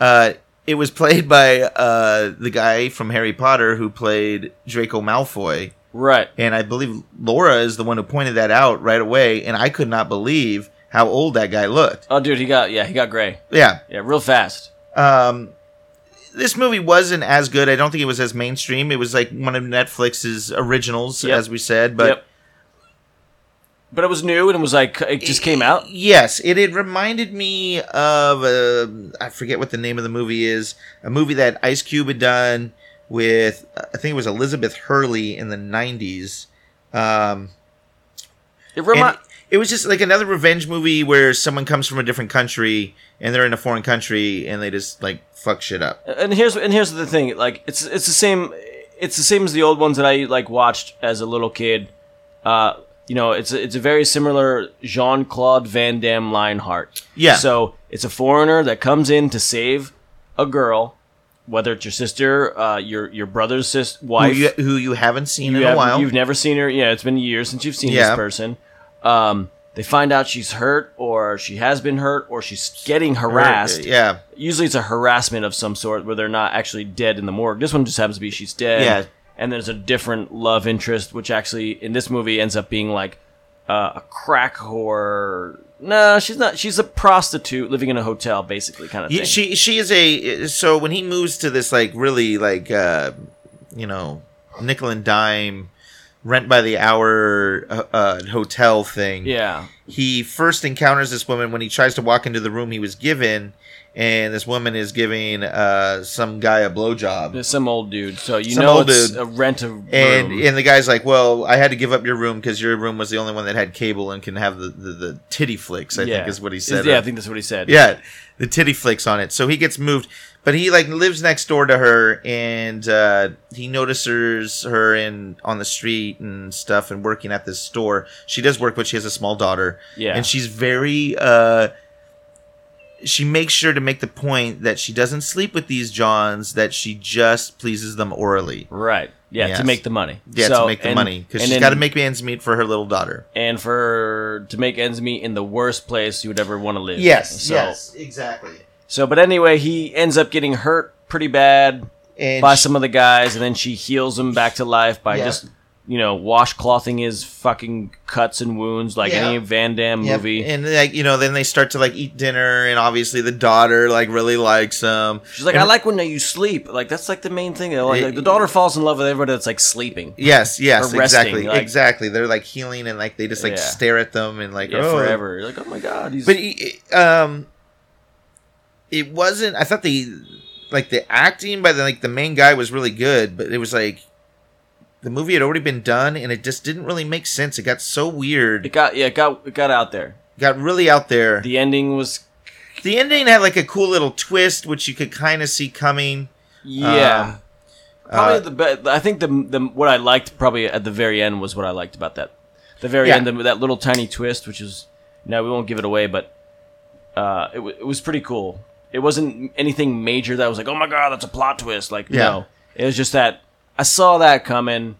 uh, it was played by uh, the guy from Harry Potter who played Draco Malfoy,
right.
and I believe Laura is the one who pointed that out right away, and I could not believe how old that guy looked.
Oh, dude, he got yeah, he got gray.
Yeah.
Yeah, real fast.
Um, this movie wasn't as good. I don't think it was as mainstream. It was like one of Netflix's originals,
Yep.
as we said. But
yep. But it was new and it was like it just came out.
Yes, it, it reminded me of uh, I forget what the name of the movie is. A movie that Ice Cube had done with I think it was Elizabeth Hurley in the '90s. Um,
It
and
remi-
it was just like another revenge movie where someone comes from a different country and they're in a foreign country and they just like fuck shit up.
and, here's and here's the thing, like it's it's the same it's the same as the old ones that I like watched as a little kid. Uh, you know, it's a, it's a very similar Jean Claude Van Damme Lionheart.
Yeah.
So it's a foreigner that comes in to save a girl, whether it's your sister, uh, your your brother's sis-
Who
wife,
you, who you haven't seen in
have,
a while.
You've never seen her. Yeah, it's been years since you've seen
Yeah.
this person. Um, they find out she's hurt, or she has been hurt, or she's getting harassed.
Yeah.
Usually, it's a harassment of some sort where they're not actually dead in the morgue. This one just happens to be she's dead.
Yeah.
And there's a different love interest, which actually in this movie ends up being like uh, a crack whore. No, she's not. She's a prostitute living in a hotel, basically, kind of
Yeah,
thing.
she she is a so when he moves to this like really like uh you know nickel and dime rent by the hour uh, uh, hotel thing.
yeah.
He first encounters this woman when he tries to walk into the room he was given, and this woman is giving uh some guy a blowjob.
There's some old dude. So you
Some
know
old
it's
dude.
a rent of room.
and and the guy's like, "Well, I had to give up your room because your room was the only one that had cable and can have the the, the titty flicks." I think is what he said.
Yeah, I think that's what he said.
yeah, the titty flicks on it. So he gets moved, but he like lives next door to her, and uh, he notices her in on the street and stuff, and working at this store. She does work, but she has a small daughter.
Yeah.
and she's very. Uh, she makes sure to make the point that she doesn't sleep with these Johns; that she just pleases them orally.
Right. Yeah,
Yes.
to make the money.
Yeah,
So-
to make the
and-
money
and
because she's
then-
got to make ends meet for her little daughter.
and for to make ends meet in the worst place you would ever want to live. So,
exactly.
So, but anyway, he ends up getting hurt pretty bad
And
by
she-
some of the guys, and then she heals him back to life by
Yeah.
just you know washclothing his fucking cuts and wounds like
Yeah.
any Van Damme
Yep,
movie.
And like you know, then they start to like eat dinner, and obviously the daughter like really likes him.
She's like, I like when you sleep. Like that's like the main thing. Like,
Yeah.
the daughter falls in love with everybody that's like sleeping.
Yes, yes,
Or resting,
exactly,
like-
exactly. They're like healing, and like they just like
Yeah.
stare at them and like
Yeah,
oh.
forever. You're like, oh my god, he's
But he- um, it wasn't. I thought the like the acting by the like the main guy was really good, but it was like the movie had already been done, and it just didn't really make sense. It got so weird,
it got yeah, it got it got out there.
got really out there.
The ending was
the ending had like a cool little twist, which you could kind of see coming.
Yeah.
Um,
probably
uh,
the best. I think the the what I liked probably at the very end was what I liked about that. The very
Yeah.
end, the, that little tiny twist, which is no, we won't give it away, but uh, it w- it was pretty cool. It wasn't anything major that was like, oh my god, that's a plot twist. Like
Yeah.
no, it was just that I saw that coming.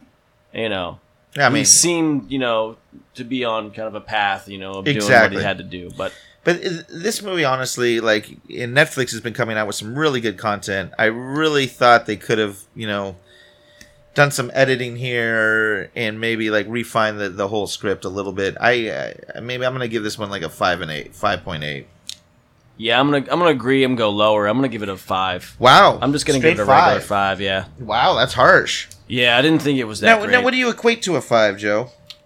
You know,
Yeah, I
he
mean,
seemed you know to be on kind of a path, you know, of doing what
Exactly.
he had to do. But
But i- this movie, honestly, like and Netflix has been coming out with some really good content. I really thought they could have, you know, done some editing here and maybe like refine the, the whole script a little bit. I uh, maybe I'm gonna give this one like a five and eight, five point eight.
yeah, I'm gonna I'm gonna agree. I'm gonna go lower. I'm gonna give it a five.
Wow,
I'm just gonna
Straight
give it a regular
five.
five. Yeah,
Wow, that's harsh.
yeah. I didn't think it was that.
Now,
great.
now, what do you equate to a five, Joe?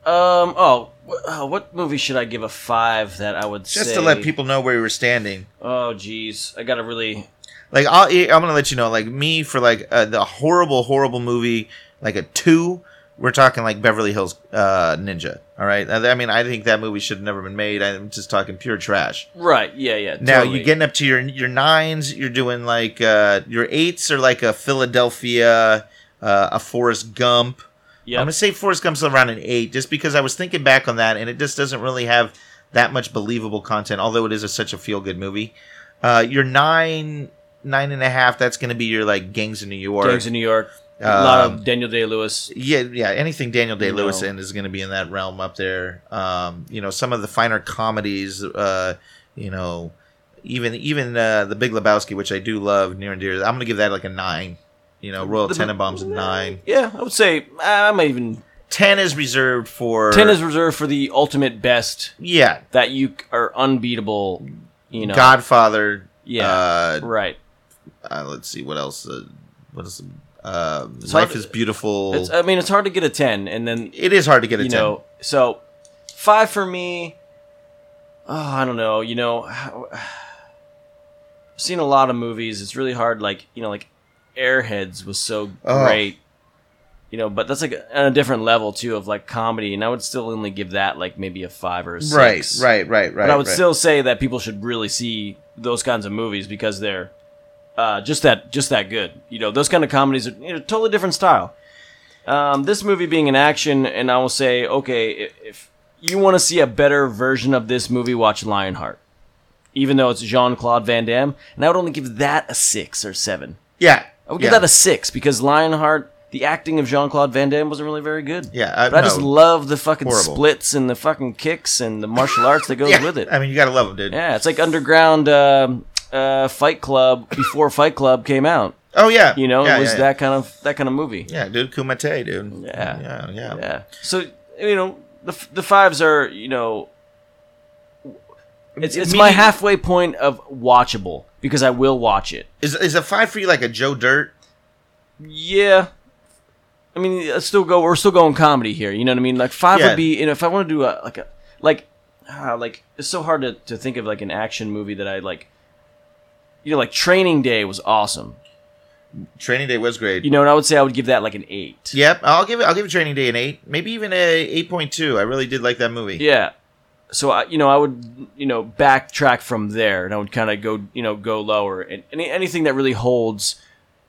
Um. Oh, wh- oh, what movie should I give a five that I would
Just
say?
to let people know where we were standing.
Oh, geez, I gotta really.
Like I'll, e, I'm gonna let you know. Like me for like uh, the horrible, horrible movie, like a two. We're talking like Beverly Hills uh, Ninja. All right. I I mean, I think that movie should have never been made. I'm just talking pure trash.
Right. Yeah. Yeah.
Now
totally.
you're getting up to your your nines. You're doing like uh, your eights are like a Philadelphia, uh, a Forrest Gump.
Yep.
I'm gonna say Forrest Gump's around an eight, just because I was thinking back on that, and it just doesn't really have that much believable content. Although it is a, such a feel good movie. Uh, your nine, nine and a half. That's gonna be your like gangs in New York.
Gangs of New York. a lot
um,
of Daniel Day Lewis.
yeah, yeah. Anything Daniel Day Lewis
No.
in is going to be in that realm up there. Um, you know, some of the finer comedies. Uh, you know, even even uh, the Big Lebowski, which I do love near and dear. I'm going to give that like a nine. You know, Royal
The-
Tenenbaums a nine.
Yeah, I would say uh, I might even
Ten is reserved for
ten is reserved for the ultimate best
yeah.
that you c- are unbeatable. You know.
Godfather.
Yeah.
Uh,
Right.
uh, let's see what else. Uh, what is uh,
hard
Life
to-
is beautiful.
It's, I mean, it's hard to get a ten, and then
it is hard to get a
you
ten.
know so five for me oh i don't know you know i've seen a lot of movies it's really hard like you know like airheads was so
Oh.
great you know but that's like on a different level too of like comedy and i would still only give that like maybe a five or a six
right, right, right, right.
but i would
right.
still say that people should really see those kinds of movies because they're uh, just that just that good you know those kind of comedies are you know, totally different style Um, this movie being an action, and I will say, okay, i- if you want to see a better version of this movie, watch Lionheart. Even though it's Jean Claude Van Damme, and I would only give that a six or seven.
Yeah.
I would
yeah.
give that a six because Lionheart, the acting of Jean Claude Van Damme wasn't really very good.
Yeah, uh,
but I just
no.
love the fucking
Horrible.
splits and the fucking kicks and the martial arts that goes
Yeah,
with it.
I mean, you gotta love him, dude.
yeah, it's like underground um uh, Fight Club before Fight Club came out.
Oh yeah.
You know,
yeah,
it was
yeah,
that kind of that kind of movie.
Yeah, Yeah, dude, Kumite, dude.
Yeah.
Yeah, yeah.
Yeah. So you know, the f- the fives are you know, it's it's my
Meaning-
halfway point of watchable because I will watch it.
Is is a five for you like a Joe Dirt?
Yeah. I mean, let's still go. We're still going comedy here. You know what I mean? Like five
Yeah.
would be. You know, if I want to do a like a like, ah, like it's so hard to, to think of like an action movie that I like. You know, like Training Day was awesome.
Training Day was great.
You know, and I would say I would give that like an eight.
Yep, I'll give it. I'll give Training Day an eight, maybe even a eight point two. I really did like that movie.
Yeah. So I, you know, I would you know backtrack from there, and I would kind of go you know go lower, and any, anything that really holds,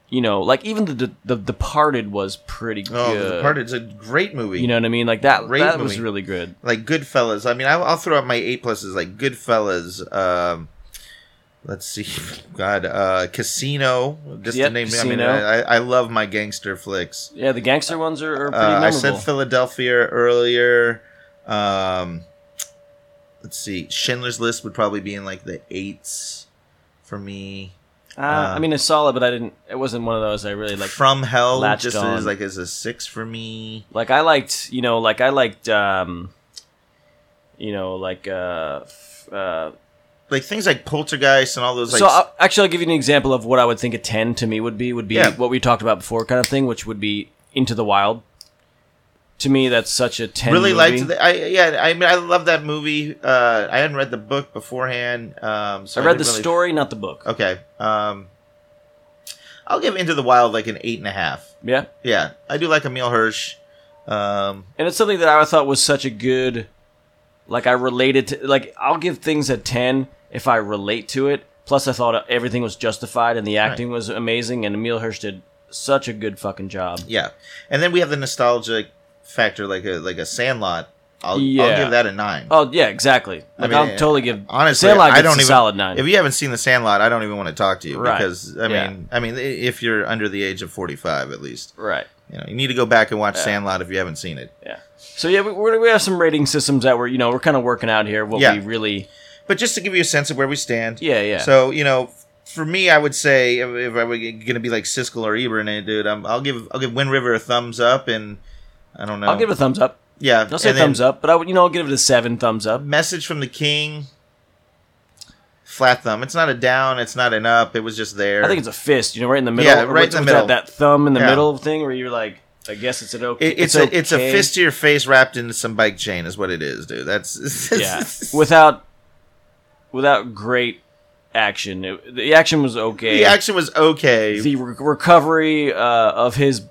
you know, like even the the, the Departed was pretty good.
Oh, The Departed's a great movie.
You know what I mean? Like that.
Great
that was
movie.
really good.
like Goodfellas. I mean, I'll, I'll throw out my eight pluses like Goodfellas. Um, let's see, God, uh, Casino. Just
Yep,
the name. I mean,
Casino.
I, I love my gangster flicks.
Yeah, the gangster ones are, are pretty
Uh, I
memorable.
said Philadelphia earlier. Um, let's see, Schindler's List would probably be in like the eights for me.
uh, I mean, it's solid, but I didn't. It wasn't one of those I really like.
From Hell
latched
just
on.
is like is a six for me.
Like I liked, you know, like I liked, um, you know, like. Uh, f- uh,
Like things like Poltergeist and all those. Like,
so uh, I'll, actually, I'll give you an example of what I would think a ten to me would be. Would be
Yeah.
what we talked about before, kind of thing, which would be Into the Wild. To me, that's such a ten.
really
movie.
liked. The, I yeah. I mean, I love that movie. Uh, I hadn't read the book beforehand. Um, so
I read the
didn't really-
story, not the book.
Okay. Um, I'll give Into the Wild like an eight and a half.
Yeah,
Yeah, I do like Emil Hirsch. Um,
and it's something that I thought was such a good, like I related to. Like I'll give things a ten if I relate to it. Plus, I thought everything was justified and the acting was amazing, and Emil Hirsch did such a good fucking job.
yeah, and then we have the nostalgic factor, like a like a Sandlot. I'll, I'll
Yeah.
give that a nine.
Oh yeah, exactly. Like I
mean,
will totally give
Honestly,
Sandlot
I
gets
don't
a
even
solid nine.
If you haven't seen The Sandlot, I don't even want to talk to you
Right.
because I
Yeah.
mean, I mean, i- if you're under the age of forty-five, at least
right.
you know you need to go back and watch Sandlot if you haven't seen it.
Yeah. So yeah, we, we're, we have some rating systems that we're you know we're kind of working out here. What
Yeah.
we really
But just to give you a sense of where we stand,
yeah yeah.
So you know, for me, I would say if, if I were going to be like Siskel or Ebert, and dude, I'm, I'll give I'll give Wind River a thumbs up, and I don't know.
I'll give it a thumbs up.
yeah.
I'll say
and then
thumbs up, but I would you know I'll give it a seven thumbs up.
Message from the King. Flat thumb. It's not a down. It's not an up. It was just there.
I think it's a fist, you know, right in the middle.
Yeah, right in the
What's
middle.
That, that thumb in the
Yeah.
middle thing where you're like, I guess it's an okay.
It- it's, a it's a
okay.
fist to your face wrapped into some bike chain is what it is, dude. That's
yeah, without without great action. It- the action was okay.
the action was okay.
The re- recovery uh, of his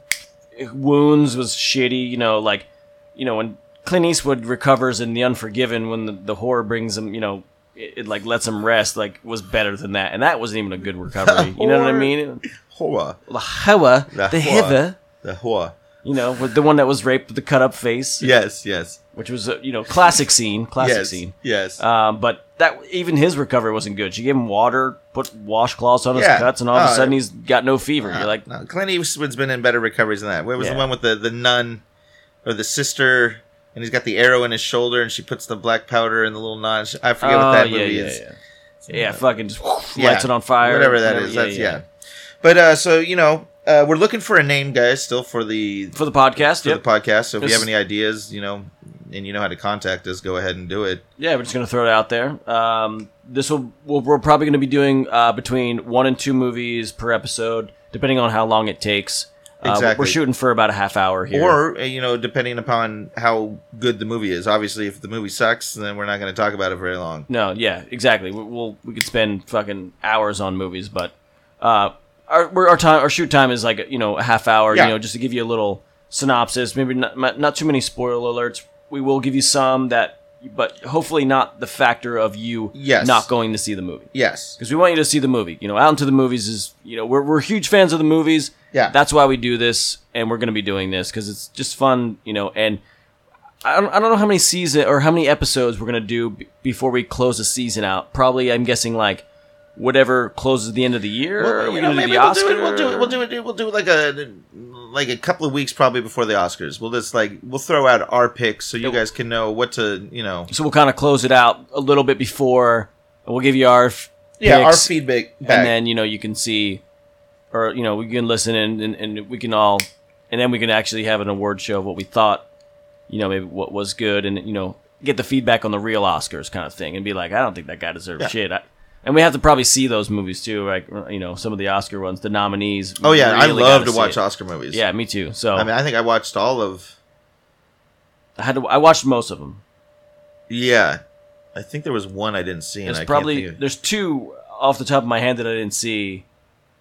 wounds was shitty. You know, like you know when Clint Eastwood recovers in The Unforgiven, when the, the horror brings him, you know. It, it like lets him rest. Like was better than that, and that wasn't even a good recovery. you know what I
Horror.
mean?
horror,
The hoa,
The
the
hoa.
hither,
the whore.
You know, with the one that was raped with the cut up face,
Yes, yes,
which was a, you know classic scene, classic
yes,
scene.
yes.
Um, but that even his recovery wasn't good. She gave him water, put washcloths on his
Yeah.
cuts, and all of a
Oh,
sudden
yeah.
he's got no fever. You're like,
no, Clint Eastwood's been in better recoveries than that. Where was
Yeah.
the one with the the nun or the sister, and he's got the arrow in his shoulder, and she puts the black powder in the little nun. She- I forget
oh
what that
yeah,
movie
yeah,
is.
yeah, yeah, fucking just whoosh, lights
Yeah,
it on fire,
whatever that is. That's yeah. But uh, so you know, uh, we're looking for a name, guys, still for the
For the podcast,
for
yep.
the podcast. So if you
This-
have any ideas, you know, and you know how to contact us, go ahead and do it.
yeah, we're just gonna throw it out there. Um, this will we'll, we're probably gonna be doing uh, between one and two movies per episode, depending on how long it takes. Uh,
Exactly.
we're shooting for about a half hour here.
Or uh, you know, depending upon how good the movie is. Obviously, if the movie sucks, then we're not going to talk about it very long.
No, yeah, exactly. We, we'll we could spend fucking hours on movies, but uh, our we're, our time our shoot time is like you know a half hour.
Yeah.
You know, just to give you a little synopsis. Maybe not not not too many spoiler alerts. We will give you some that, but hopefully not the factor of you
Yes.
not going to see the movie
Yes.
because we want you to see the movie. You know, out into the movies is you know we're we're huge fans of the movies.
Yeah.
that's why we do this, and we're going to be doing this because it's just fun, you know. And I don't, I don't know how many season or how many episodes we're going to do b- before we close the season out. Probably, I'm guessing like whatever closes the end of the year.
Well,
Are
you
we
know,
going to do
maybe
the
we'll do
Oscar?
it. We'll do it. We'll do it. We'll do it like a like a couple of weeks probably before the Oscars. We'll just like we'll throw out our picks so you guys can know what to you know.
So we'll kind of close it out a little bit before. and We'll give you our f-
Yeah, our
picks,
feedback. Back.
and then you know you can see, or you know we can listen and, and and we can all, and then we can actually have an award show of what we thought, you know maybe what was good, and you know get the feedback on the real Oscars kind of thing, and be like I don't think that guy deserved shit. I, and we have to probably see those movies too, like you know some of the Oscar ones, the nominees.
oh yeah, I love to watch
Oscars.
Oscar movies.
Yeah, me too. So
I mean, I think I watched all of.
I had to, I watched most of them.
Yeah, I think there was one I didn't see. And I
There's
can't
probably
think of-
there's two off the top of my head that I didn't see,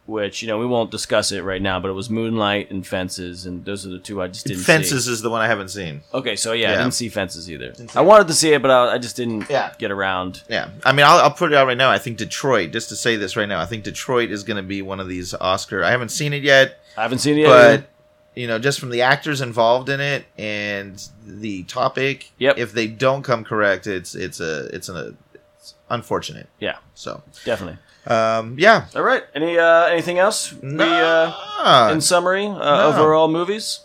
which you know we won't discuss it right now. But it was Moonlight and Fences, and those are the two I just didn't. see.
Fences is the one I haven't seen.
Okay, so yeah, I
Yeah.
didn't see Fences either. I wanted to see it, but I, I just didn't
Yeah.
get around.
Yeah, I mean, I'll, I'll put it out right now. I think Detroit. Just to say this right now, I think Detroit is going to be one of these Oscar. I haven't seen it yet.
I haven't seen it.
but
yet.
you know just from the actors involved in it and the topic
Yep.
if they don't come correct it's it's a it's an it's unfortunate
yeah,
so
definitely.
um yeah
All right. Any uh, anything else? We, uh,
Ah,
in summary, uh,
No.
overall movies.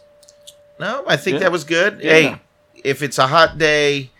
no i think
Yeah.
that was good
Yeah,
hey
no.
if it's a hot day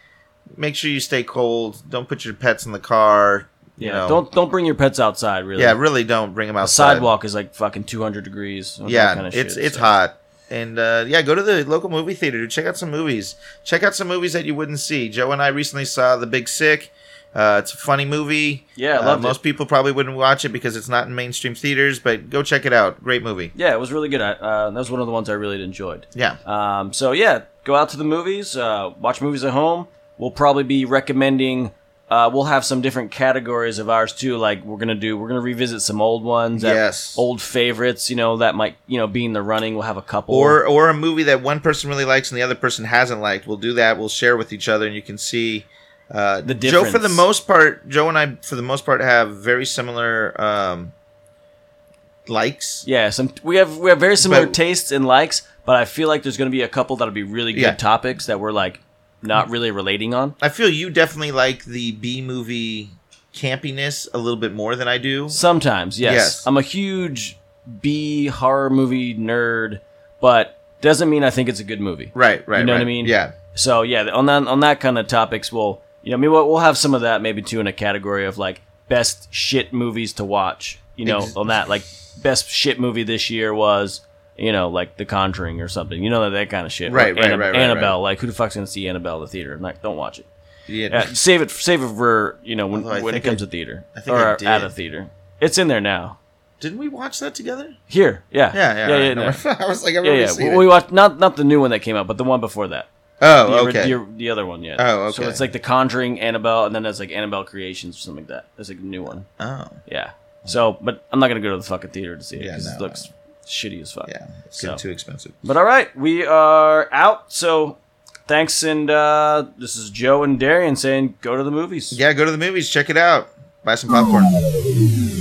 make sure you stay cold don't put your pets in the car
Yeah,
you know.
don't don't bring your pets outside. Really,
yeah really don't bring them
The
outside
sidewalk is like fucking two hundred degrees. or that
yeah
kinda
it's
shit,
it's
so.
hot and uh, yeah go to the local movie theater to check out some movies check out some movies that you wouldn't see joe and i recently saw the big sick uh, it's a funny movie
Yeah, I
uh,
loved it.
most people probably wouldn't watch it because it's not in mainstream theaters but go check it out great movie
Yeah, it was really good. I, uh, that was one of the ones I really enjoyed.
yeah
Um, so yeah, go out to the movies, uh, watch movies at home. We'll probably be recommending. Uh, we'll have some different categories of ours too. Like we're gonna do, we're gonna revisit some old ones, that-
Yes.
old favorites. You know that might, you know, be in the running. We'll have a couple.
or or a movie that one person really likes and the other person hasn't liked we'll do that we'll share with each other and you can see uh,
The
Joe, for the
difference.
most part, Joe and I, for the most part, have very similar um, likes.
yeah, some we have we have very similar
But-
tastes and likes, but I feel like there's gonna be a couple that'll be really good
Yeah.
topics that we're like not really relating on.
I feel you definitely like the B movie campiness a little bit more than I do.
Sometimes, yes.
Yes.
I'm a huge B horror movie nerd, but doesn't mean I think it's a good movie.
Right, right.
You know what I
right.
mean?
Yeah.
So yeah, on that on that kind of topics, we'll you know, I mean, we'll, we'll have some of that maybe too in a category of like best shit movies to watch. You know,
Ex-
on that like best shit movie this year was you know like The Conjuring or something. You know that that kind of shit.
Right,
Or
right, right, right,
Annabelle.
right.
Like who the fuck's gonna see Annabelle at the theater? Like don't watch it.
Yeah.
Yeah, save it save it for you know when,
Although I
when it
think
comes
I-
to theater
I think
or
I did.
at a theater. It's in there now.
Didn't we watch that together?
Here, yeah,
Yeah, yeah.
yeah,
right.
yeah. no.
I was like, I've
yeah,
already
yeah.
seen
We, we
it.
watched not not the new one that came out, but the one before that. The,
Oh,
ori-
okay.
the, the other one, yeah.
Oh,
So
okay.
it's like the Conjuring, Annabelle, and then there's like Annabelle Creations or something like that. There's like a new one.
Oh,
Yeah. So, but I'm not gonna go to the fucking theater to see it
Yeah,
because
no,
it looks shitty as fuck.
yeah. It's
So.
getting too expensive.
But all right, we are out. So thanks, and uh, this is Joe and Darian saying go to the movies.
Yeah, go to the movies. Check it out. Buy some popcorn.